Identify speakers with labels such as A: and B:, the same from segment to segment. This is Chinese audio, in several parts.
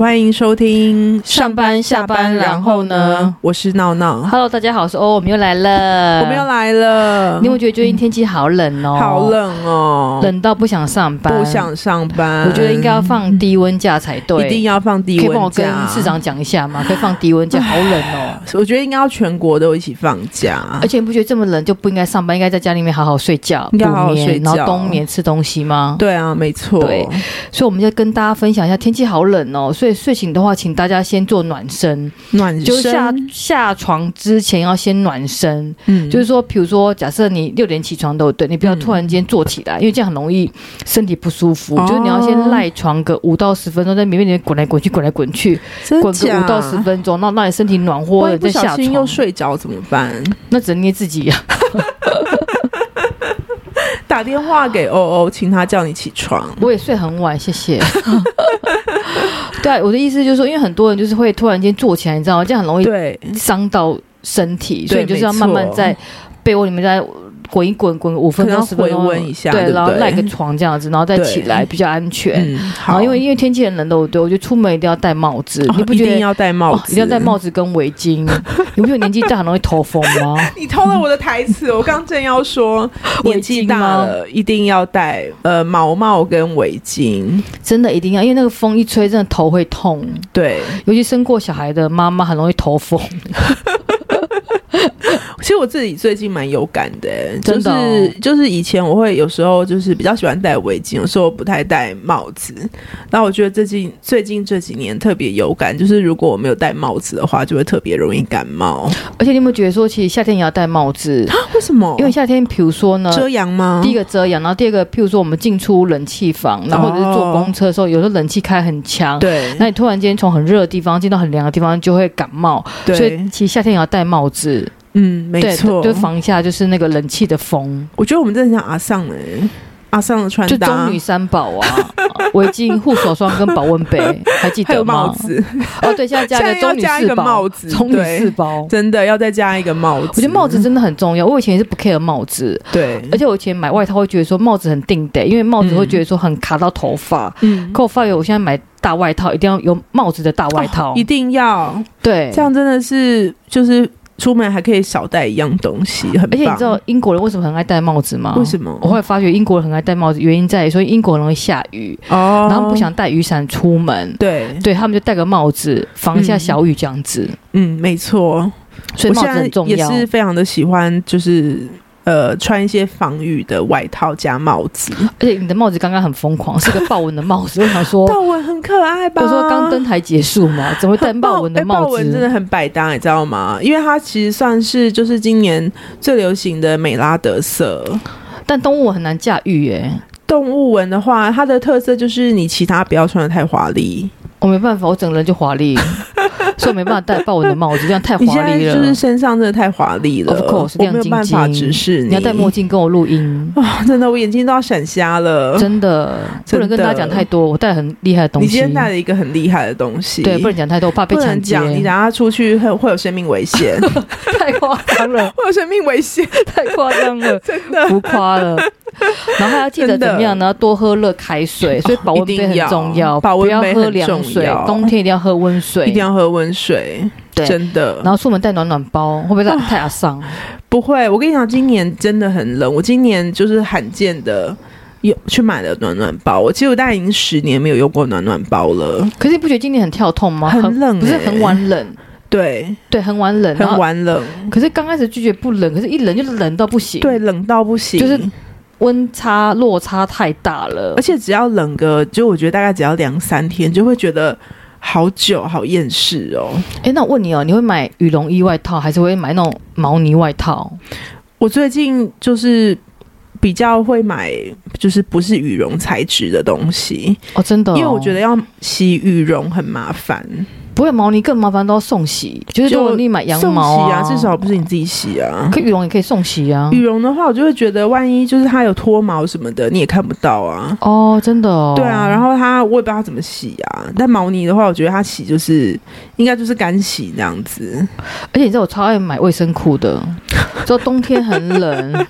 A: 欢迎收听
B: 上班下班然后呢？
A: 我是闹闹，
B: Hello，大家好，我是欧，我们又来了，
A: 我们又。来了
B: 你有没，有觉得最近天气好冷哦？
A: 好，冷哦，
B: 冷到不想上班，
A: 不想上班，
B: 我觉得应该要放低温假才对，
A: 一定要放低
B: 可以帮我
A: 温
B: 跟
A: 假。
B: 市，长讲一下吗？可以放低温假，好冷哦。
A: 我觉得应该要全国都一起放假
B: 而。且你不觉得这么冷就不应该上班，应该在家里面好好睡觉，
A: 应该好好睡觉
B: 补眠然后冬眠吃东西吗？
A: 对啊，没错，
B: 对所以我们就跟大家分享一下，天气好冷哦，所以睡醒的话，请大家先做暖身，
A: 暖
B: 就下
A: 身，
B: 下床之前要先暖身，
A: 嗯
B: 就是说，比如说，假设你六点起床都有对，你不要
A: 嗯
B: 突然间坐起来，因为这样很容易身体不舒服。
A: 哦
B: 就是你要先赖床个五到十分钟，在棉被里面滚来滚去，滚来滚去，
A: 真
B: 滚个
A: 假
B: 五到十分钟，让让你身体暖和
A: 万一
B: 了
A: 不
B: 再
A: 小
B: 下
A: 心又
B: 床。
A: 睡着怎么办？
B: 那只能捏自己呀、
A: 打电话给欧欧，请他叫你起床。
B: 我也睡很晚，谢谢。 对啊，我的意思就是说，因为很多人就是会突然间坐起来，你知道吗？这样很容易
A: 对，
B: 伤到身体，所
A: 对
B: 以你就是要慢慢在被窝里面再滚一滚，滚个五分
A: 可能
B: 钟
A: 要
B: 十分钟，
A: 回温一下对
B: 对，
A: 不
B: 然后
A: 对
B: 赖个床这样子，然后再起来
A: 对
B: 比较安全。
A: 嗯，
B: 然
A: 好，
B: 后因为因为天气很冷的，我对我觉得出门一定要戴帽子，
A: 哦
B: 你不
A: 一
B: 觉
A: 定
B: 得？
A: 要戴帽
B: 哦
A: 子，
B: 一定要戴帽子跟 围巾，你不觉得年纪大很容易头风吗？
A: 你偷了我的台词，我刚正要 说，
B: 围巾吗
A: 年纪大了一定要戴呃毛帽跟围巾，
B: 真的一定要，因为那个风一吹，真的头会痛，
A: 对。
B: 尤其生过小孩的妈妈很容易 头风。
A: 其实我自己最近蛮有感的、欸就
B: 真的哦
A: 是就是以前我会有时候就是比较喜欢戴围巾，有时候不太戴帽子。那我觉得最近最近这几年特别有感，就是如果我没有戴帽子的话，就会特别容易感冒。
B: 而且你有没有觉得说，其实夏天也要戴帽子？
A: 为什么？
B: 因为夏天，比如说呢，
A: 哦遮阳吗？
B: 第一个遮阳，然后第二个，譬如说我们进出冷气房，然后或者是坐公车的时候，有时候冷气开很强，
A: 对
B: 那你突然间从很热的地方进到很凉的地方，就会感冒。所以
A: 对，
B: 其实夏天也要戴帽子，
A: 嗯，没
B: 对，
A: 错，
B: 就防一下就是那个冷气的风，
A: 我觉得我们真的很像阿尚哎、欸阿尚的穿
B: 就
A: 搭
B: 中女三宝啊， 围巾、护手霜跟保温杯，还记
A: 还有
B: 得吗？
A: 帽子，
B: 哦，对，现在加一
A: 现
B: 个
A: 在
B: 中
A: 要
B: 女
A: 加一
B: 四
A: 个
B: 宝
A: 帽，子
B: 中女
A: 对
B: 四包。
A: 真的要再加一个帽子。
B: 我觉得帽子呃真的很重要，我以前也是不 care 帽子，
A: 对，
B: 而且我以前买外套会觉得说帽子很定得，因为帽子会觉得说很卡到头发，
A: 嗯，
B: 可我发觉我现在买大外套一定要有帽子的大外
A: 哦
B: 套，
A: 一定要
B: 对，
A: 这样，真的是就是出门还可以少带一样东西，很
B: 而
A: 棒。
B: 且你知道英国人为什么很爱戴帽子吗？
A: 为什么
B: 我后来发觉英国人很爱戴帽子，原因在于说英国人容易下雨，
A: 哦，
B: 然后不想带雨伞出门，
A: 对，
B: 对他们就戴个帽子防一下小雨这样子，
A: 嗯，没错，
B: 所
A: 我
B: 以帽子
A: 现在
B: 很重
A: 也
B: 要。
A: 是非常的喜欢，就是。呃，穿一些防雨的外套加帽子，
B: 而且你的帽子刚刚很疯狂，是 个豹纹的帽子，我想说，
A: 豹纹很可爱吧？
B: 我说刚登台结束嘛，怎么会戴
A: 很
B: 豹纹的
A: 哎 豹
B: 帽
A: 纹真
B: 子？
A: 的很百搭，你知道吗？因为它其实算是就是今年最流行的美拉德色。
B: 但动物很难驾驭耶、
A: 动物纹的话，它的特色就是你其他不要穿的太华丽。
B: 我没办法，我整个人就 华丽，所以我没办法戴豹纹的帽子，这样太
A: 你
B: 华
A: 现在
B: 丽了。
A: 就是身上真的太华丽了
B: Of course，
A: 我没有办法
B: 亮晶晶
A: 直视你。
B: 你要戴墨镜跟我录音，
A: 啊 真的，我眼睛都要闪瞎了。
B: 真的不
A: 真的
B: 能跟大家讲太多，我带很厉害的东
A: 你
B: 西。
A: 今天带了一个很厉害的东西，
B: 对，不能讲太多，我怕被
A: 不
B: 抢
A: 能
B: 劫。
A: 讲，你等下出去会会有生命危险，
B: 太夸张了，
A: 会有生命危险，
B: 太夸张了，
A: 真的。
B: 浮夸 了。然后还要记得
A: 真的哦
B: 怎么样呢？多喝热开水，所以保温杯
A: 一定要
B: 很重要，
A: 保温
B: 不
A: 杯
B: 要
A: 很
B: 喝凉
A: 重
B: 水
A: 要，
B: 冬天一定要喝温水，
A: 一定。要喝温水，
B: 对
A: 真的。啊
B: 然后出门带暖暖包，会不会太太阿桑？
A: 不会，我跟你讲，今年真的很冷。我今年就是罕见的有去买了暖暖包。我其实我大概已经十年没有用过暖暖包了，
B: 可是你不觉得今年很跳痛吗？
A: 很冷、欸，
B: 不是很，晚冷，
A: 对，
B: 对，很晚冷，
A: 很
B: 然后。
A: 晚冷，
B: 可是刚开始拒绝不冷，可是一冷就冷到不行，
A: 对，，冷到不行。
B: 就是温差落差太大了
A: 而。且只要冷个，就我觉得大概只要两三天，就会觉得好久，好厌世哦。
B: 哎、那我问你哦，你会买羽绒衣外套，还是会买那种毛呢外套？
A: 我最近就是。比较会买，就是不是羽绒材质的东西，
B: 哦，真的哦、
A: 因为我觉得要洗羽绒很麻烦。
B: 不会毛呢更麻烦，都要送洗。就是
A: 就
B: 如果你买羊毛
A: 送洗啊，至少不是你自己洗啊。
B: 可羽绒也可以送洗啊。
A: 羽绒的话，我就会觉得，万一就是它有脱毛什么的，你也看不到啊。
B: 哦，真的哦。
A: 对啊，然后它我也不知道它怎么洗啊。但毛呢的话，我觉得它洗就是应该就是干洗那样子。
B: 而且你知道我超爱买卫生裤的，知道冬天很冷。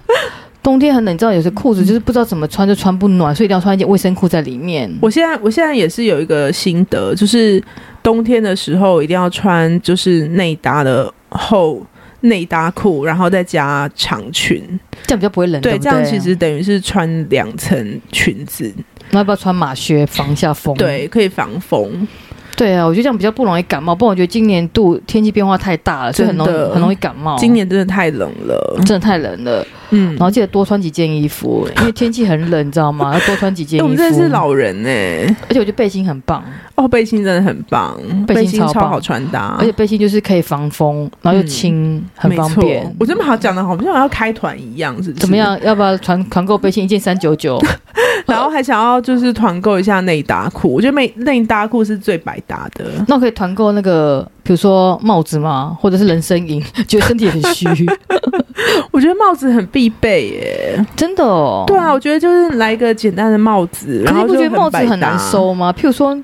B: 冬天很冷，你知道有些裤子就是不知道怎么穿就穿不暖，所以一定要穿一件卫生裤在里面。
A: 我现在我现在也是有一个心得，就是冬天的时候一定要穿就是内搭的厚内搭裤，然后再加长裙。
B: 这样比较不会冷。
A: 对，
B: 对不
A: 这
B: 对，
A: 样其实等于是穿两层裙子，
B: 那要不要穿马靴防一下风？
A: 对，可以防风。
B: 对啊，我觉得这样比较不容易感冒。不然我觉得今年度天气变化太大了，所以很容
A: 真的
B: 很容易感冒。
A: 今年真的太冷了，
B: 真的太冷了，
A: 嗯
B: 哦然。后记得多穿几件衣服，因为天气很冷，你知道吗？要多穿几
A: 哎
B: 件衣服。
A: 我们真的是，老人呢、欸
B: 而且我觉得背心很棒，
A: 哦，背心真的很棒，
B: 背
A: 嗯心
B: 心超棒
A: 好穿搭，
B: 而且背心就是可以防风，然后又轻，很
A: 没
B: 方
A: 错
B: 便。
A: 我这么好讲的，好像我要开团一样，是不是？
B: 怎么？样？要不要团团购背心一件三 九九？
A: 然后还想要就是团购一下内搭裤，我觉得内内搭裤是最百搭的。
B: 那我可以团购那个，比如说帽子吗？或者是人参饮， 觉得身体很 虚，
A: 我觉得帽子很必备耶。
B: 真的哦。
A: 对啊，我觉得就是来一个简单的帽子，
B: 可
A: 然
B: 是
A: 后
B: 你不
A: 就
B: 觉得帽子
A: 百
B: 很难
A: 搭
B: 收吗？譬如说，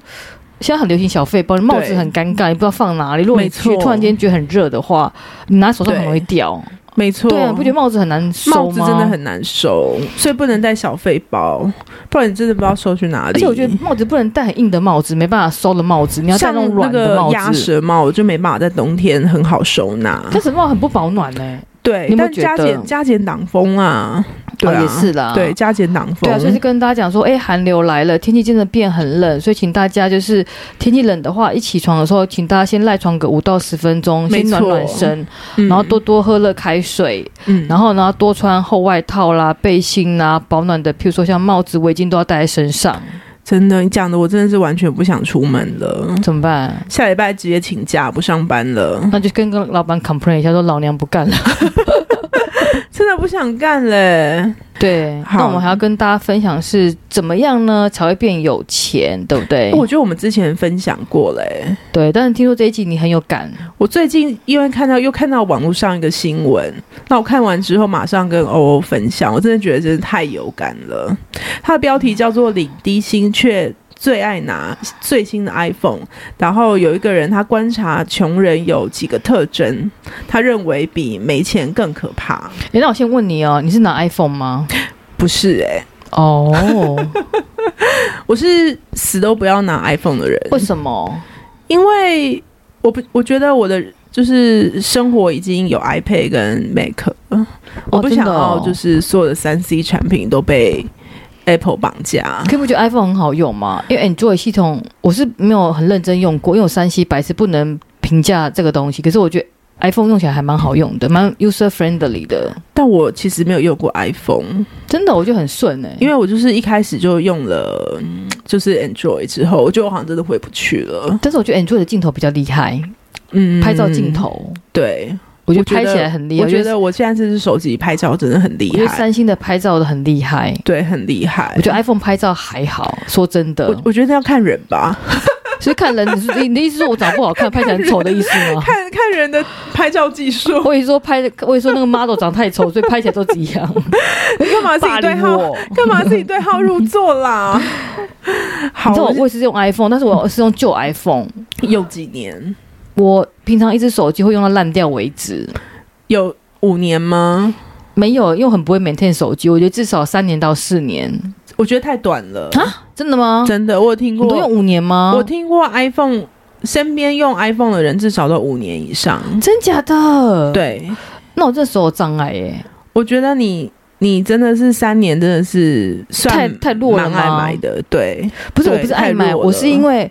B: 现在很流行小费包，你帽子
A: 对
B: 很尴尬，你不知道放哪里。如果你
A: 没
B: 去
A: 错
B: 突然间觉得很热的话，你拿手上
A: 对
B: 很容易掉。
A: 没错，
B: 对啊，你不觉得帽子很难收
A: 帽
B: 吗？
A: 子真的。很难收，所以不能带小费包，不然你真的不知道收去哪里。
B: 而且我觉得帽子不能戴很硬的帽子，没办法收的帽子，你要戴
A: 像
B: 那种
A: 那
B: 软的
A: 个
B: 帽
A: 鸭
B: 子。
A: 舌帽，我就没办法在冬天很好收纳。
B: 但是帽很不保暖呢、
A: 对
B: 你，有没有
A: 但
B: 觉
A: 加
B: 得
A: 减加减挡风啊，对啊，
B: 哦也是啦。
A: 对，加减挡风。
B: 对啊，所以就跟大家讲说，哎、寒流来了，天气真的变很冷，所以请大家就是天气冷的话，一起床的时候，请大家先赖床个五到十分钟，
A: 没
B: 先
A: 错
B: 暖暖身，
A: 嗯
B: 然后多，多喝热开水，
A: 嗯
B: 然后呢多穿厚外套啦、背心啦、保暖的，譬如说像帽子、围巾都要戴在身上，
A: 真的，你讲的我真的是完全不想出门了。
B: 怎么办？
A: 下礼拜直接请假不上班了，
B: 那就跟跟老板 complain 一下，说老娘不干了。
A: 真的不想干嘞。
B: 对，
A: 好
B: 那我们还要跟大家分享是怎么样呢才会变有钱，对不对？
A: 哦我觉得我们之前分享过嘞，
B: 对，但是听说这一集你很有感，
A: 我最近因为看到又看到网络上一个新闻，那我看完之后马上跟欧欧分享，我真的觉得真的太有感了。它的标题叫做“领低薪却最爱拿 最新的 iPhone”，然后有一个人他观察穷人有几个特征，他认为比没钱更可怕。
B: 诶那我先问你哦，你是拿 iPhone 吗？
A: 不是诶、
B: 哦，
A: 我是死都不要拿 iPhone 的人，
B: 为什么？
A: 因为我不我觉得我的。就是生活已经有 iPad 跟 Mac 了，我不
B: 哦真
A: 想
B: 的
A: 要
B: 哦
A: 就是所有的三 C 产品都被 Apple 绑架。
B: 可以不觉得 iPhone 很好用吗？因为 Android 系统我是没有很认真用过，因为我山西白痴不能评价这个东西。可是我觉得 iPhone 用起来还蛮好用的，蛮 user friendly 的，
A: 但我其实没有用过 iPhone，
B: 真的我觉得很顺哎、
A: 因为我就是一开始就用了，嗯就是 Android 之后，我觉得我好像真的回不去了。
B: 但是我觉得 Android 的镜头比较厉害，
A: 嗯
B: 拍照镜，头、
A: 对，
B: 我觉
A: 我
B: 得
A: 觉
B: 拍
A: 得
B: 起来很厉害。
A: 我觉得我现在这只手机拍照真的很
B: 我
A: 厉
B: 觉得
A: 害，
B: 三星的拍照的很厉害，
A: 对，很厉害。
B: 我觉得 iPhone 拍照还好，说真的
A: 我，我觉得要看人吧，
B: 所以看人，你是你你的意思是我长得不好看，拍起来很丑的意思吗？
A: 看看人的拍照技术。
B: 我也说拍，我也说那个 model 长太丑，所以拍起来都一 样。
A: 你干嘛自己
B: 霸
A: 对
B: 凌
A: 号？
B: 我。
A: 干嘛自己对号入座 啦？好
B: 你知道，我
A: 我
B: 我也是用 iPhone，但是我是用旧 iPhone。
A: 有几年？
B: 我平常一只手机会用到烂掉为止，
A: 有五年吗？
B: 没有，因为我很不会 maintain 手机，我觉得至少三年到四年。
A: 我觉得太短了
B: 啊真的吗？
A: 真的，我有听
B: 你都用
A: 过，
B: 五年吗？
A: 我听过 iPhone，身边用 iPhone 的人至少都五年以上。
B: 真假的？，
A: 对，
B: 那我这手有障碍耶、
A: 我觉得你。你真的是三年，真的是算
B: 太太弱了
A: 蛮爱
B: 吗
A: 买的，对，
B: 不是，
A: 对
B: 我不是爱
A: 太
B: 买，
A: 弱了
B: 我是因为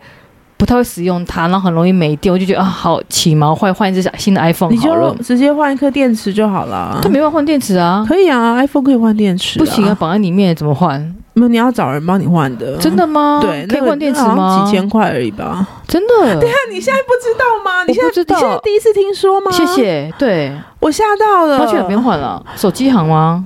B: 不太会使用它，然后很容易没电，我就觉得啊，好起毛坏，换一只新的 iPhone
A: 你
B: 好
A: 就
B: 了。
A: 直接换一颗电池就好了
B: 它。没办法换电池啊，
A: 可以啊，iPhone 可以换电池、
B: 不行啊，，绑在里面怎么换？
A: 没有你要找人帮你换的，
B: 真的吗？
A: 嗯对，
B: 可以
A: 那个
B: 换电池
A: 好像
B: 吗？
A: 几千啊块而已吧。
B: 真的？
A: 那 你现在不知道吗？你现在
B: 不知道
A: 你现在第一次听说吗？
B: 谢，谢。对，
A: 我吓到了。
B: 那去哪边换了？手机行吗？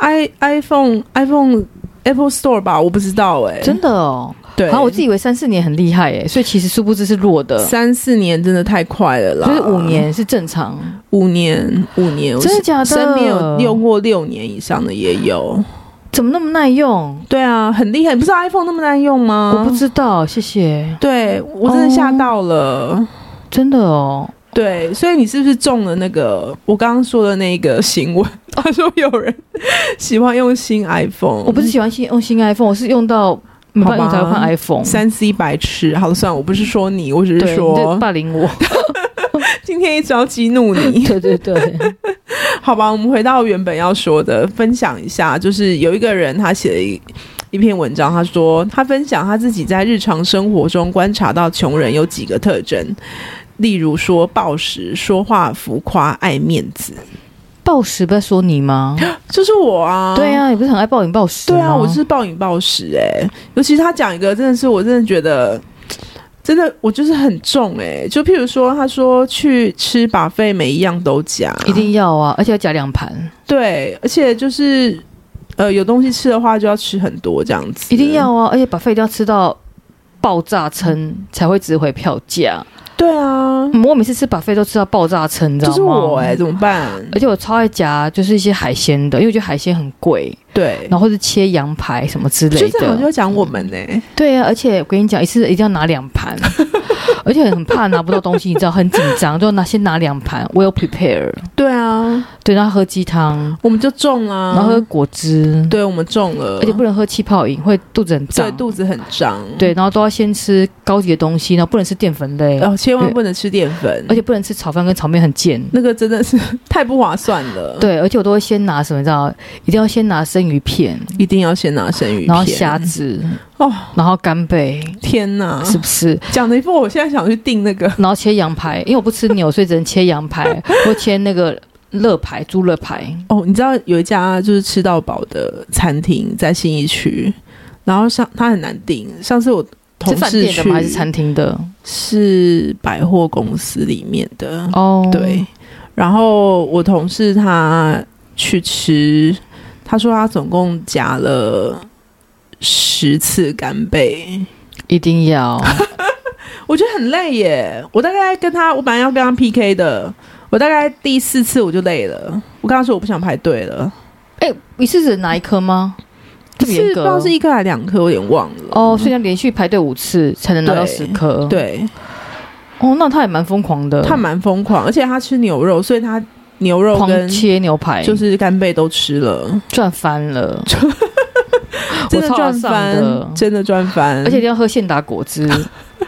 A: i iPhone iPhone Apple Store 吧，我不知道哎、
B: 真的哦。
A: 对，
B: 好，我自己以为三四年很厉害耶，所以其实殊不知是弱的，
A: 三四年真的太快了啦，
B: 所以五年是正常。
A: 五年五年，我
B: 真的假的？
A: 身边有用过六年以上的也有。
B: 怎么那么耐用？
A: 对啊，很厉害，你不知道 iPhone 那么难用吗？
B: 我不知道，谢谢。
A: 对我真的吓到了。
B: 真的哦，
A: 对，所以你是不是中了那个我刚刚说的那个新闻？ 他说有人喜欢用新 iPhone，
B: 我不是喜欢新用新 iPhone，我是用到没办法
A: 好吧
B: 用才会换 iPhone。
A: 三 C 白痴。好了，算了，我不是说你，我只
B: 对，
A: 是
B: 你在
A: 说
B: 霸凌 我。
A: 今天一直要激怒你。
B: 对对对，
A: 好吧，我们回到原本要说的，分享一下，就是有一个人他写了一一篇文章，他说他分享他自己在日常生活中观察到穷人有几个特征，例如说暴食、说话浮夸、爱面子，
B: 暴食不在说你吗？
A: 就是我啊，
B: 对。啊，你不是很爱暴饮暴食吗？
A: 对啊，我是暴饮暴食哎、尤其是他讲一个，真的是我真的觉得，真的我就是很重哎、就譬如说，他说去吃把费，每一样都加，
B: 一定要啊，而且要加两盘，
A: 对，而且就是呃，有东西吃的话就要吃很多这样子，
B: 一定要啊，而且把费一定要吃到爆炸撑才会值回票价。
A: 对啊，
B: 嗯我每次吃把费都吃到爆炸撑，你知道
A: 就
B: 吗？呃
A: 是我哎、怎么办？
B: 而且我超爱夹，就是一些海鲜的，因为我觉得海鲜很贵，
A: 对，
B: 然后是切羊排什么之类
A: 就这好像
B: 的。
A: 就讲我们欸呢、
B: 对啊，而且我跟你讲，一次一定要拿两 盘，而且很怕拿不到东西，你知道，很紧张，就拿先拿两盘。我有 prepare，
A: 对啊，
B: 对，然后喝鸡汤，
A: 我们就中了、
B: 然后喝果汁，
A: 嗯对我们中了，
B: 而且不能喝气泡饮，会肚子很
A: 对
B: 胀。
A: 肚子很胀，，
B: 对，然后都要先吃高级的东西，然后不能吃淀粉类，
A: 然后哦千万不能吃淀粉，
B: 而且不能吃炒饭跟炒面很贱。
A: 那个真的是 太不划算了。，
B: 对，而且我都会先拿什么，你知道，一定要先拿生鱼片，
A: 一定要先拿生鱼片，
B: 然后虾子，
A: 哦，啊
B: 然后干贝，
A: 天哪！
B: 是不是？
A: 讲的一副我现在想去订那个，
B: 然后切羊排，因为我不吃牛，所以只能切羊排或切那个肋排、猪肋排。
A: 哦，你知道有一家就是吃到饱的餐厅在信义区，然后上它很难订。上次我同
B: 是饭
A: 事
B: 店
A: 去
B: 的吗？还是餐厅的？
A: 是百货公司里面的，
B: 哦，
A: 嗯对。然后我同事他去吃，他说他总共夹了十次干贝，
B: 一 定要。
A: 我觉得很累耶。我大概跟他，我本来要跟他 PK 的，我大概第四次我就累了。我跟他说我不想排队了。
B: 哎，一次只能拿一颗吗？这么
A: 是不知
B: 严格
A: 道是一颗还是两颗，我有点忘了。
B: 哦，所以要连续排队五次才能拿到
A: 对
B: 十颗。，
A: 对
B: 哦，那他也蛮疯狂的，
A: 他蛮疯狂，而且他吃牛肉，所以他牛肉
B: 狂
A: 跟
B: 切牛排，
A: 就是干贝都吃了，
B: 赚翻了，
A: 真的
B: 我超
A: 赚
B: 上的
A: 翻，真的赚翻。
B: 而且一定要喝现打 果汁，因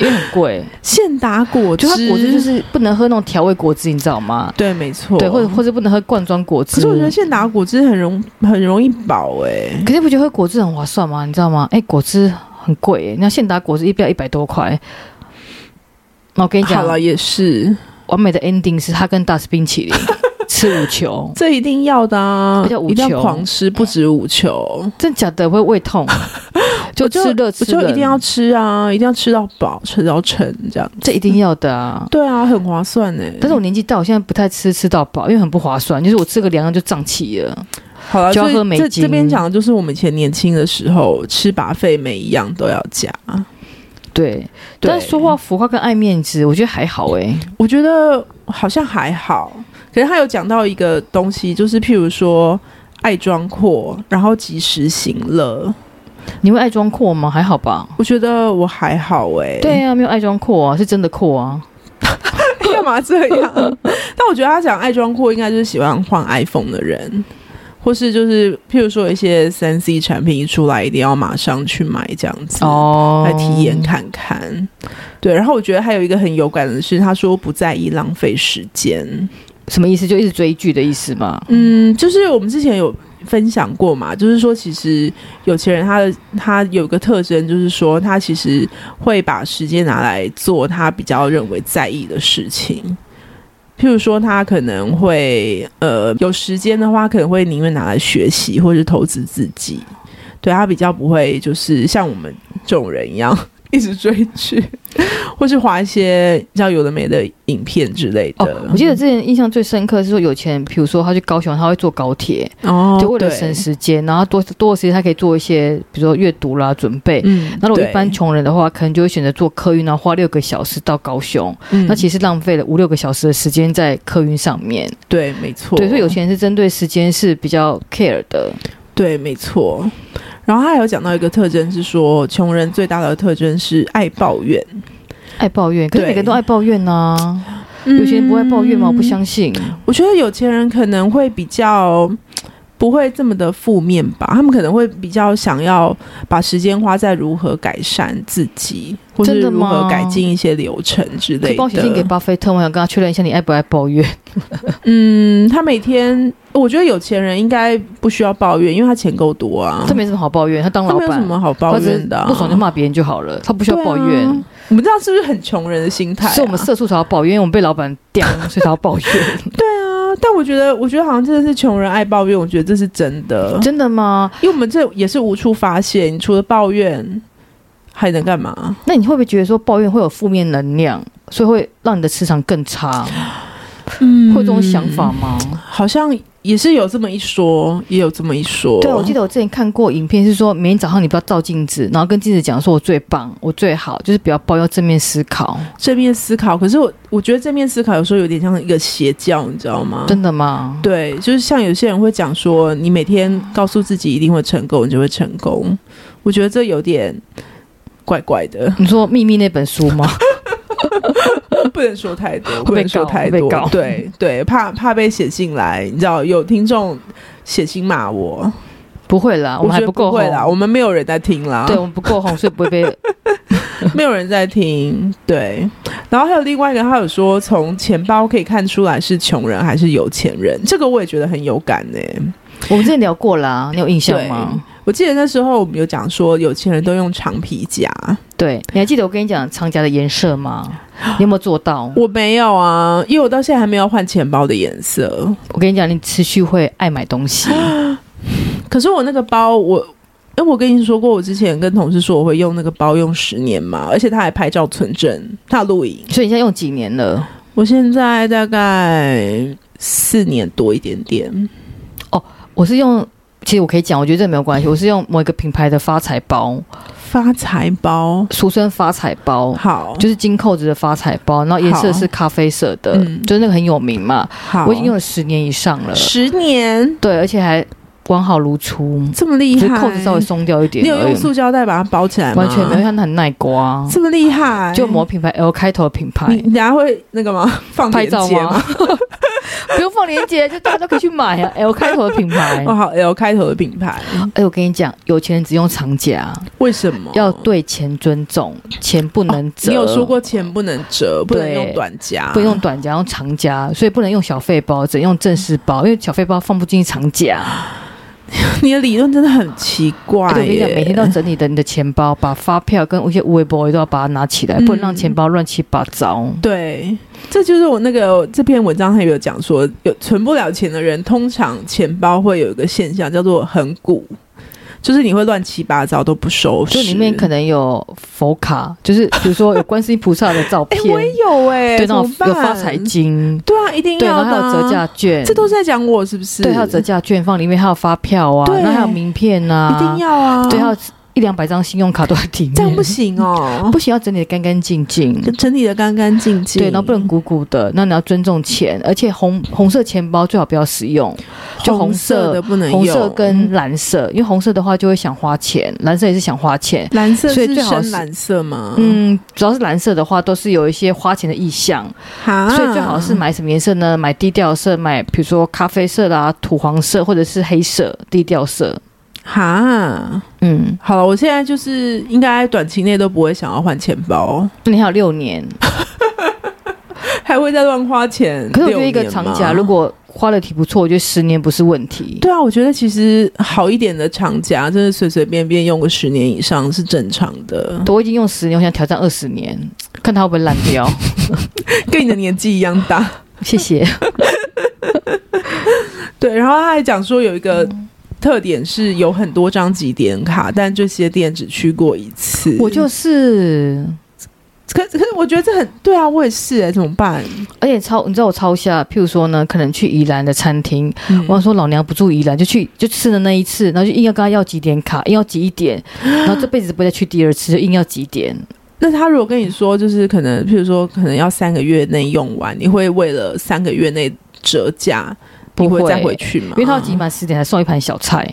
B: 为很贵。
A: 现打果
B: 我
A: 汁，
B: 觉得它果汁就是不能喝那种调味果汁，你知道吗？
A: 对，没错，
B: 对，或者。或者不能喝罐装果汁。
A: 可是我觉得，现打果汁很容很容易饱哎、
B: 可是不觉得喝果汁很划算吗？你知道吗？哎，果汁很贵耶，那现打果汁一杯要一百多块。那我跟你
A: 好
B: 讲，
A: 了，也是，
B: 完美的 ending 是它跟大师冰淇 淋吃五球，
A: 这一定要的啊
B: 而且，五
A: 一定要
B: 球
A: 狂吃，不止五球，
B: 真假的会胃痛，就
A: 我就
B: 吃热
A: 我
B: 吃
A: 就
B: 冷
A: 一定要，吃啊，一定要吃到饱，吃到撑这样。
B: 这一定要的啊。
A: 对啊，很划算哎、
B: 但是我年纪大，我现在不太吃吃到饱，因为很不划算，就是我吃个两样就胀气了。
A: 好了，
B: 就要
A: 所以
B: 喝美
A: 这
B: 金
A: 这边讲的就是我们以前年轻的时候吃把费，每一样都要加。
B: 对，
A: 对
B: 但是说话浮夸跟爱面子，我觉得还好哎、
A: 我觉得好像还好，可是他有讲到一个东西，就是譬如说爱装阔，然后及时行乐。
B: 你会爱装阔吗？还好吧。
A: 我觉得我还好哎、欸，
B: 对，啊，没有爱装阔啊，是真的阔啊。
A: 干嘛这样？但我觉得他讲爱装阔，应该就是喜欢换 iPhone 的人。或是就是，譬如说一些三 C 产品一出来，一定要马上去买这样子。
B: 哦
A: 来体验。看看。对，然后我觉得还有一个很有感的是，他说不在意浪费时间。
B: 什么意思？就一直追剧的意思吗？
A: 嗯，就是我们之前有分享过嘛，就是说其实有钱人他的他有个特征，就是说他其实会把时间拿来做他比较认为在意的事情。譬如说，他可能会呃有时间的话，可能会宁愿拿来学习或是投资自己。对他比较不会就是像我们这种人一样一直追剧， 或是划一些比较有的没的影片之类的。
B: 哦，我记得之前印象最深刻是说，有钱人，比如说他去高雄，他会坐高铁，
A: 哦
B: 就为了
A: 对
B: 省时间，然后多多的时间他可以做一些，比如说阅读啦、准备。
A: 嗯
B: 那如果一
A: 对
B: 般穷人的话，可能就会选择坐客运，然后花六个小时到高雄，
A: 嗯
B: 那其实浪费了五六个小时的时间在客运上面。
A: 对，没错，
B: 对，所以啊有钱人是针对时间是比较 care 的。
A: 对，没错。然后他还有讲到一个特征是说，穷人最大的特征是爱抱怨。
B: 爱抱怨，可是每个人都
A: 对
B: 爱抱怨呐、啊。嗯有些人不会抱怨吗？我不相信。
A: 嗯我觉得有钱人可能会比较不会这么的负面吧，他们可能会比较想要把时间花在如何改善自己，或是
B: 真的
A: 如
B: 吗
A: 何改进一些流程之
B: 可
A: 类
B: 以帮我写信给
A: 的。
B: 巴菲特，我想跟他确认一下，你爱不爱抱怨？
A: 嗯，他每天，我觉得有钱人应该不需要抱怨，因为他钱够多啊
B: 这，没什么好抱怨，他当
A: 他
B: 老
A: 没有什
B: 板，
A: 么好抱
B: 他只是
A: 怨的、啊。
B: 不爽就骂别人就好了，他不需要
A: 对啊
B: 抱怨。
A: 我们这样是不是很穷人的心态、啊？
B: 所以我们社畜才要抱怨，因为我们被老板屌，所以才 要抱怨。
A: 啊，但我觉得，我觉得好像真的是穷人爱抱怨，我觉得这是真的，
B: 真的吗？
A: 因为我们这也是无处发泄，你除了抱怨还能干嘛？
B: 那你会不会觉得说抱怨会有负面能量，所以会让你的磁场更差？
A: 嗯
B: 会有这种想法吗？
A: 好像也是有这么一说，也有这么一说。
B: 对，我记得我之前看过影片，是说每天早上你不要照镜子，然后跟镜子讲说我最棒，我最好，就是不要抱怨，正面思考。
A: 正面思考，可是我我觉得正面思考有时候有点像一个邪教，你知道吗？
B: 真的吗？
A: 对，就是像有些人会讲说，你每天告诉自己一定会成功，你就会成功。我觉得这有点怪怪的，
B: 你说《秘密》那本书 吗？
A: 不能说太多，
B: 被
A: 不能说
B: 告
A: 太
B: 哦会被
A: 多
B: 告。
A: 对对，怕怕被写进来，你知道有听众写信骂我，
B: 不会啊啦，我们
A: 觉
B: 还
A: 得
B: 够
A: 不会啦，
B: 红。
A: 我啊们没有人在听啦。
B: 对，我们不够红，所以不会被。
A: 没有人在听，对。然后还有另外一个，他有说从钱包可以看出来是穷人还是有钱人，这个我也觉得很有感呢、
B: 我们之前聊过啦，你有印象
A: 对
B: 吗？
A: 我记得那时候我们有讲说，有钱人都用长皮夹，
B: 对，你还记得我跟你讲长夹的颜 色吗？你有没有做到？
A: 我没有啊，因为我到现在还没有换钱包的颜色。
B: 我跟你讲，你持续会爱买 东西。
A: 可是我那个包，我。哎，我跟你说过，我之前跟同事说我会用那个包用十年嘛，而且他还拍照存证，他有录影。
B: 所以你现在用几年了？
A: 我现在大概四年多一点点，
B: 我是用，其实我可以讲，我觉得这没有关系。我是用某一个品牌的发财包，
A: 发财包。
B: 俗称发财包，
A: 好，
B: 就是金扣子的发财包，然后颜色是咖啡色的
A: 好嗯，
B: 就是那个很有名嘛。
A: 好，
B: 我已经用了十年以上了，
A: 十年，
B: 对，而且还完好如初，
A: 这么厉
B: 只是
A: 害，
B: 扣子稍微松掉一点
A: 你有
B: 而
A: 用
B: 已，
A: 塑胶袋把它包起来吗？
B: 完全没有，因为，它很耐刮。
A: 这么厉害，
B: 就某品牌 L 开头的品牌
A: 哎你，你等下会那个吗？放
B: 拍
A: 链
B: 照
A: 接
B: 吗？？ 不用放链接，就大家都可以去 买啊。L 开头的品牌
A: 哦，，好，L 开头的品牌，
B: 哎，我跟你讲，有钱人只用长夹，
A: 为什么
B: 要？对钱尊重，钱不能
A: 啊
B: 折。
A: 你有说过钱不能折，不能
B: 对
A: 用短夹，
B: 不用短夹，用长夹，所以不能用小费包，只能用正式包，因为小费包放不进长夹。
A: 你的理论真的很奇怪
B: 而且我跟你讲，每天
A: 耶。
B: 都要整理的你的钱包，把发票跟一些无微博都要把它拿起来，
A: 嗯
B: 不能让钱包乱七八糟。
A: 对，这就是我那个这篇文章，它有讲说，有存不了钱的人，通常钱包会有一个现象叫做很鼓，就是你会乱七八糟都不收拾，
B: 就里面可能有佛卡，就是比如说有观世音菩萨的照
A: 哎、
B: 片，
A: 我也有哎、
B: 对，那种
A: 怎么
B: 有发财
A: 办
B: 金，
A: 对啊，一定
B: 对，
A: 要
B: 然后
A: 的
B: 还有
A: 啊、
B: 折价券，
A: 这都是在讲我是不是？
B: 对，还有折价券放里面，还有发票啊，
A: 对
B: 然后还有名片啊，
A: 一定要啊，
B: 对，还有一两百张信用卡都在里面，
A: 这样不，行哦，
B: 不行，要整理的干干净净。
A: 整理的干干净净，
B: 对，然后不能鼓鼓的，那你要尊重钱，而且红红色钱包最好不要使用，就
A: 红
B: 红色
A: 的不能用，
B: 红色跟蓝色，因为红色的话就会想花钱，蓝色也是想花钱。
A: 蓝色
B: 所以
A: 是
B: 最好
A: 深
B: 是
A: 蓝色吗？，
B: 嗯，主要是蓝色的话都是有一些花钱的意向，
A: 哈，
B: 所以最好是买什么颜色呢？买低调色，买比如说咖啡色啦、土黄色或者是黑色低调色。
A: 哈。
B: 嗯，
A: 好了，我现在就是应该短期内都不会想要换钱包，
B: 那你还有六年，
A: 还会再乱花钱。
B: 可是我觉得一个
A: 六年
B: 长
A: 吗
B: 假如果花的体不错，我觉得十年不是问题。
A: 对啊，我觉得其实好一点的长夹，真的随随便便用个十年以上是正常的，
B: 我已经用十年，我想挑战二十年，看它会不会烂掉。
A: 跟你的年纪一样大。
B: 谢谢。
A: 对，然后他还讲说有一个
B: 嗯
A: 特点是有很多张集点卡，但这些店只去过一次。
B: 我就是，
A: 可可是我觉得这很对啊，我也是哎、怎么办？
B: 而且超，你知道我超下，譬如说呢，可能去宜兰的餐厅，我想
A: 我
B: 说老娘不住宜兰，就去就吃了那一次，然后就硬要跟他要几点卡，硬要几一 点，然后这辈子不会再去第二次，就硬要几点。
A: 那他如果跟你说，就是可能，譬如说，可能要三个月内用完，你会为了三个月内折价，
B: 不
A: 你
B: 会
A: 会再回去吗？
B: 因为他要挤满十点才送一盘小菜，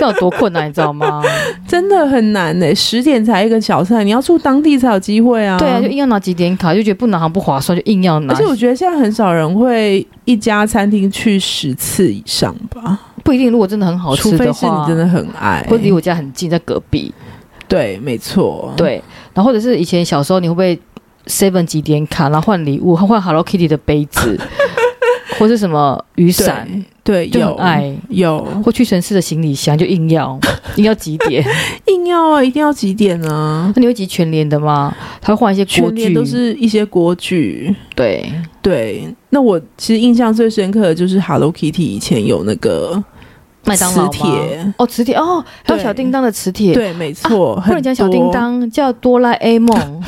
B: 这有多困难，你知道吗？
A: 真的很难呢、欸十点才一个小菜，你要住当地才有机会啊。
B: 对啊，就硬要拿几点卡，就觉得不拿好像不划算，就硬要拿
A: 而且。我觉得现在很少人会一家餐厅去十次以上吧，
B: 不一定，如果真的很好
A: 除
B: 吃
A: 非
B: 的哎
A: 是
B: 话，
A: 你真的很爱。
B: 会离我家很近，在隔壁。
A: 对，没错，，
B: 对，然后或者是以前小时候，你会不会 Seven 几点卡，然后换礼物，换 Hello Kitty 的杯子，或是什么雨伞，
A: 对，
B: 就
A: 有
B: 很爱。
A: 有
B: 或屈臣氏的行李箱就硬要，硬要几点？
A: 硬要啊，一定要几点啊？
B: 那你会集全联的吗？他会换一些锅
A: 全年
B: 具，
A: 都是一些锅具。
B: 对，
A: 对，那我其实印象最深刻的就是 Hello Kitty 以前有那个
B: 麦当劳吗
A: 磁铁，
B: 哦，磁铁哦，还有
A: 对
B: 小叮当的磁铁，，
A: 对，没错，
B: 不能
A: 很
B: 讲小
A: 多
B: 叮，当，叫哆啦 A 梦，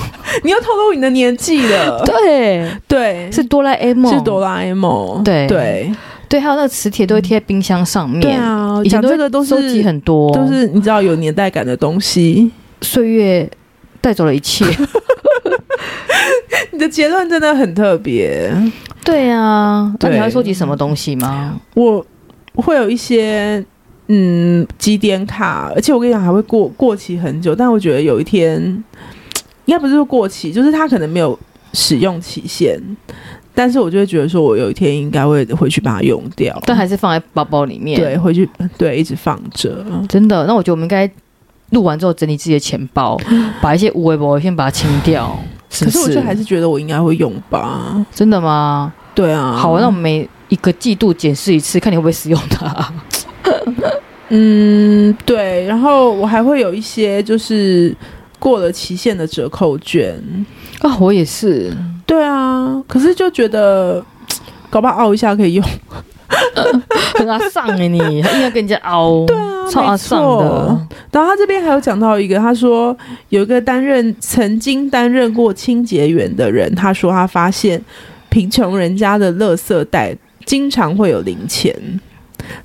A: 你又透露你的年纪了。
B: 对，
A: 对，
B: 是哆啦 A 梦，
A: 是哆啦 A 梦，
B: 对
A: 对
B: 对，还有那个磁铁都会贴在冰箱上面，
A: 对啊，
B: 以前
A: 讲
B: 都
A: 这
B: 会
A: 个都
B: 收集
A: 是
B: 很多，
A: 都是你知道有年代感的东西。
B: 岁月带走了一切，
A: 你的结论真的很特别，
B: 对啊，那
A: 对嗯
B: 你还会收集什么东西吗？
A: 我会有一些嗯几点卡，而且我跟你讲还会过过期很久，但我觉得有一天应该不是说过期，就是它可能没有呃使用期限。但是我就会觉得说，我有一天应该会回去把它用掉，
B: 但还是放在包包里面，
A: 对，，回去呃对一直放着。
B: 真的，那我觉得我们应该。录完之后整理自己的钱包， 把一些无微博先把它清掉，是
A: 可
B: 不
A: 是
B: 是？
A: 我就还是觉得我应该会用吧。
B: 真的吗？
A: 对啊，
B: 好，那我们每一个季度检视一次，看你会不会使用它。
A: 嗯，对，然后我还会有一些就是过了期限的折扣券，
B: 啊，我也是，
A: 对啊，可是就觉得搞不好凹一下可以用，
B: 很阿丧哎，你还硬要跟人家凹， 对啊超阿丧的
A: 没，然后他这边还有讲到一个，他说有一个担任曾经担任过清洁员的人，他说他发现贫穷人家的垃圾袋经常会有零钱。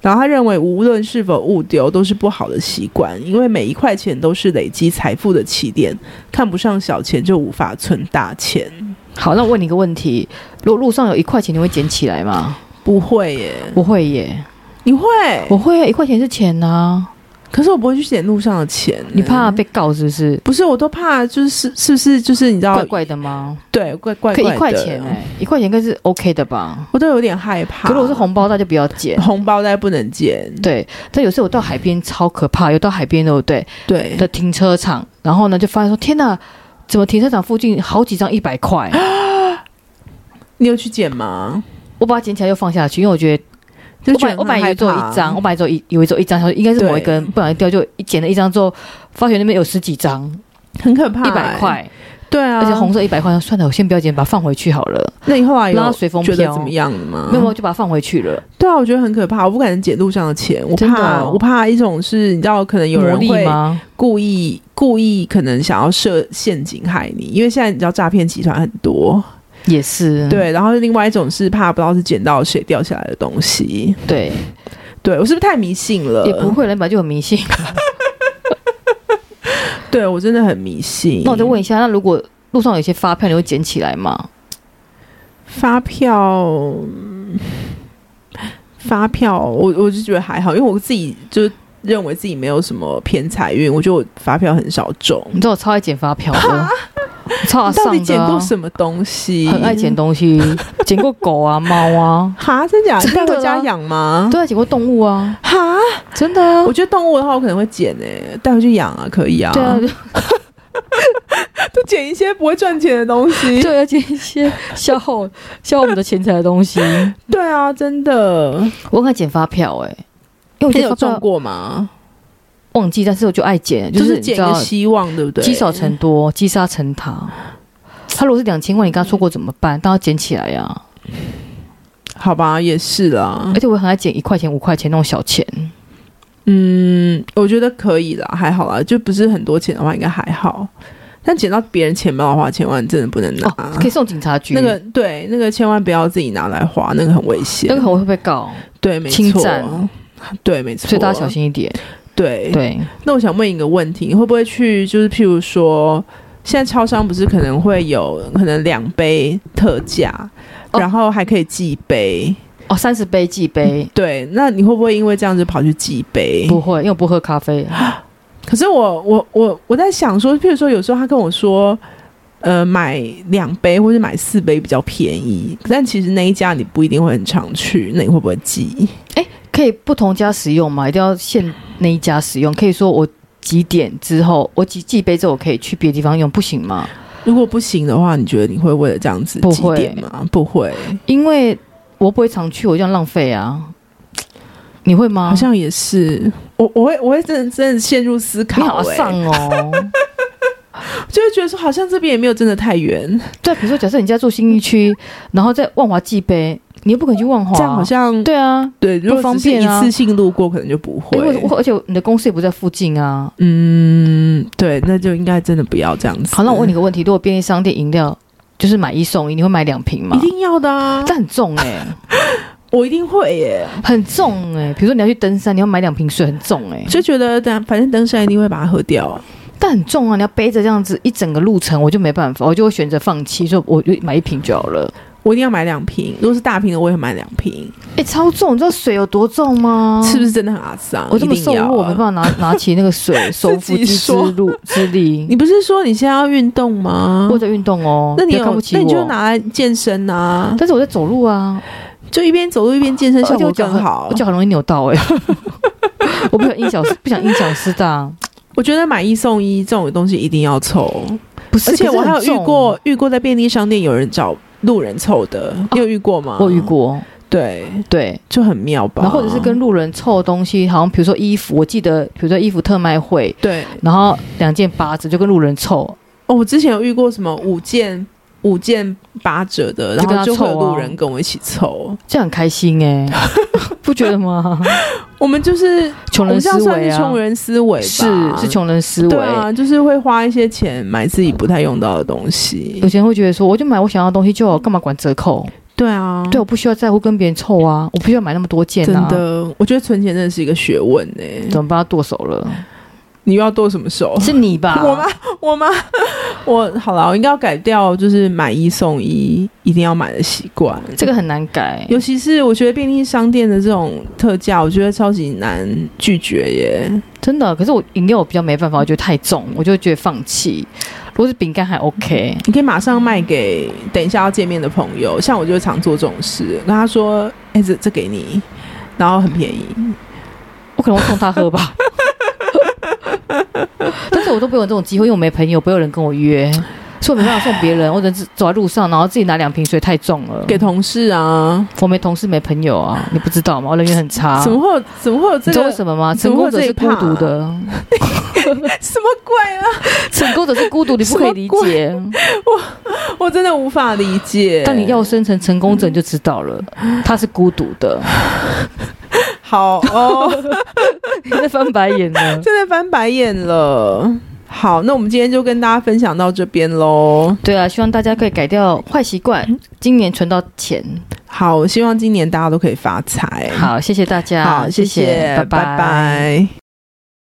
A: 然后他认为，无论是否误丢，都是不好的习惯，因为每一块钱都是累积财富的起点，看不上小钱就无法存大钱。
B: 好，那我问你一个问题：如果路上有一块钱，你会捡起来吗？
A: 不会耶，
B: 不会耶，
A: 你会？
B: 我会啊，一块钱是钱呐，
A: 可是我不会去捡路上的钱耶。
B: 你怕被告是不是？
A: 不是，我都怕，就是是不是就是你知道
B: 怪，怪的吗？
A: 对，怪怪
B: 可
A: 怪
B: 以
A: 的
B: 一块钱哎，一块钱应该是 OK 的吧？
A: 我都有点害怕。
B: 可如果是红包袋就不要捡。
A: 红包袋不能捡，
B: 对，但有时候我到海边超可怕，有到海边对不对？
A: 对
B: 的停车场，然后呢就发现说天哪，怎么停车场附近好几张一百块？
A: 你有去捡吗？
B: 我把它捡起来又放下去，因为我觉得
A: 就
B: 我
A: 觉
B: 本
A: 得
B: 我本来以
A: 很害
B: 为只有
A: 怕
B: 一张，我，本来只有一以为只有一张，想说应该是某一根，不小心掉就一捡了一张之后，发觉那边有十几张，
A: 很可怕、
B: 一百，块，
A: 对啊，
B: 而且红色一百块，算了，我先不要捡，把它放回去好了。
A: 那你后来
B: 让它
A: 有
B: 随风
A: 哎觉得
B: 飘
A: 怎么样了吗？
B: 没有，我就把它放回去了。
A: 对啊，我觉得很可怕，我不敢捡路上的钱，我
B: 真的
A: 怕，
B: 哦
A: 我怕一种是你知道，可能有人
B: 魔力
A: 会
B: 吗？
A: 故意故意可能想要设陷阱害你，因为现在你知道诈骗集团很多，
B: 也是，
A: 对，然后另外一种是怕不知道是捡到谁掉下来的东西，
B: 对，
A: 对我是不是太迷信了？
B: 也不会，人本来就很迷信。
A: 对我真的很迷信。
B: 那我就问一下，那如果路上有一些发票，你会捡起来吗？
A: 发票，嗯发票，我我就觉得还好，因为我自己就认为自己没有什么偏财运，我觉得我发票很少中。
B: 你知道我超爱捡发 票的，我超爱
A: 你
B: 上
A: 到
B: 的啊。
A: 底捡过什么东西？
B: 很爱捡 东西，捡过狗啊、猫啊，
A: 哈， 真假？你
B: 真的
A: 带
B: 啊
A: 回家养吗？
B: 对啊，捡过动物啊，
A: 哈，
B: 真的啊
A: 我，觉得动物的话，我可能会捡诶、带回去养啊，可以啊。
B: 对啊，
A: 就捡一些不会赚钱的东 西。
B: 对啊，捡一些消耗消耗我们的钱财的东西。
A: 对啊，真的。
B: 我很爱捡发票哎、因为我
A: 你
B: 觉
A: 有
B: 得发
A: 中
B: 票
A: 过吗？
B: 忘记，但是我就爱捡，
A: 就是是
B: 你知
A: 捡一
B: 道
A: 个，希望，对不对？
B: 积少成多，积沙成塔。他如果是两千万，你刚刚说过怎么办？当然要捡起来呀、啊！
A: 好吧，也是啦
B: 而。且我很爱捡一块钱、五块钱那种小钱。
A: 嗯，我觉得可以啦，还好啦，就不是很多钱的话，应该还好。但捡到别人钱包的话，千万真的不能拿。
B: 哦，可以送警察局。
A: 那个对，那个千万不要自己拿来花，那个很危险。
B: 那个我会被告，
A: 对，没
B: 侵
A: 错
B: 占，
A: 对，没错。
B: 所以大家小。心一点。
A: 对，
B: 啊对，
A: 那我想问一个问题，你会不会去？就是譬如说，现在超商不是可能会有可能两杯特价，
B: 哦
A: 然后还可以寄杯。
B: 哦，三十杯即杯，
A: 对，那你会不会因为这样子跑去寄杯？
B: 不会，因为我不喝咖啡。
A: 可是我我我我在想说，譬如说有时候他跟我说，呃，买两杯或者买四杯比较便宜，但其实那一家你不一定会很常去，那你会不会记？
B: 可以不同家使用吗？一定要限那一家使用？可以说我几点之后，我几几杯之后我可以去别的地方用，不行吗？
A: 如果不行的话，你觉得你会为了这样子
B: 不
A: 几
B: 会
A: 点吗？不会，
B: 因为我不会常去，我这样浪费啊。你会吗？
A: 好像也是。我我会我会真的真的陷入思
B: 你
A: 考、
B: 好
A: 欸，
B: 上哦。
A: 就会觉得说好像这边也没有真的太远，
B: 对，比如说假设你家住新义区，然后在万华寄杯，你又不肯去万华啊，
A: 这样好像
B: 对啊。
A: 对，如
B: 不
A: 果
B: 方
A: 只是
B: 便
A: 一
B: 啊
A: 次性路过，可能就不会。
B: 诶我我而且你的公司也不在附近啊。
A: 嗯，对，那就应该真的不要这样子。
B: 好，那我问你，个问题：如果便利商店饮料就是买一送一，你会买两瓶吗
A: 一？定要的啊！
B: 这很重哎、
A: 我一定会耶，
B: 很重哎、比如说你要去登山，你要买两瓶水，很重哎、
A: 就觉得等反正登山一定会把它喝掉。
B: 但很重啊！你要背着这样子一整个路程，我就没办法，我就会选择放弃，说我就买一瓶就好了。
A: 我一定要买两瓶，如果是大瓶的，我也会买两瓶，
B: 哎、超重！你知道水有多重吗？
A: 是不是真的很阿桑？
B: 哦我这么瘦
A: 一定要啊
B: 弱，我没办法拿拿起那个 水，手扶
A: 自己
B: 梯之
A: 说
B: 路之力。
A: 你不是说你现在要运动吗
B: 我？在运动哦，
A: 那你
B: 不要看
A: 有
B: 不，起
A: 那
B: 我？
A: 你就拿来健身啊，
B: 但是我在走路啊，
A: 就一边走路一边健身，效
B: 而且
A: 果
B: 我脚
A: 更
B: 很啊
A: 好
B: 我。脚很容易扭到哎、 我不想影响，不想影响师大。
A: 我觉得买一送一这种东西一定要凑，
B: 不是，
A: 而且
B: 可是
A: 我还有
B: 很
A: 遇
B: 重啊
A: 过，遇过在便利商店有人找路人凑的，你有遇过吗？
B: 我有遇，过，
A: 对，
B: 对，
A: 就很妙吧。
B: 然后或者是跟路人凑东西，好像比如说衣服，我记得比如说衣服特卖会，
A: 对
B: 然后两件八折就跟路人凑，
A: 哦，我之前有遇过什么五件五件八折的，然
B: 就跟
A: 后
B: 他
A: 就会有
B: 凑啊
A: 路人跟我一起凑。
B: 这样很开心哎、 不觉 得吗？
A: 我们就是我
B: 穷
A: 们
B: 人
A: 这
B: 思
A: 样算是
B: 维啊
A: 穷，人思维吧，
B: 是是穷人思维
A: 对。啊，就是会花一些钱买自己不太用到的东西
B: 有。些人会觉得说，我就买我想要的东西就好，干嘛管折扣？
A: 对啊，
B: 对，我不需要在乎跟别人凑啊，我不需要买那么多件
A: 真
B: 啊。
A: 的，我觉得存钱真的是一个学问呢、
B: 怎么帮他剁手了？
A: 你又要剁什么手？
B: 是你吧？
A: 我吗？我吗？ 我好了，我应该要改掉，就是买一送一一定要买的习惯。
B: 这个很难改。
A: 尤其是我觉得便利商店的这种特价，我觉得超级难拒绝耶。
B: 真的，可是我饮料我比较没办法，我觉得太重，我就觉得放弃。如果是饼干还 OK，
A: 你可以马上卖给等一下要见面的朋友，像我就常做这种事，跟他说：“哎、这这给你，然后很便宜。
B: 我可能会送他喝 吧。但是我都不有这种机会，因为我没朋友，不会有人跟我约，所以我没办法送别 人。我只能是走在路上，然后自己拿两瓶水，太重了”。
A: 给同事啊，
B: 我没同事，没朋友啊，你不知道吗？我人缘很差。
A: 怎么会有怎么会有
B: 啊你
A: 这
B: 知道
A: 个
B: 为什么吗？
A: 怎
B: 成
A: 么会有
B: 功者
A: 这一
B: 是孤独的，
A: 什么鬼啊？
B: 成功者是孤独，你不可以理解。
A: 啊我真的无法理解。
B: 当你要生成成功者，你就知道了，他是孤独的。
A: 好哦，
B: 你在翻白眼呢？
A: 真的翻白眼了。好，那我们今天就跟大家分享到这边喽。
B: 对啊，希望大家可以改掉坏习惯，今年存到钱。
A: 好，希望今年大家都可以发财。
B: 好，谢谢大家，
A: 好，谢
B: 谢，拜
A: 拜拜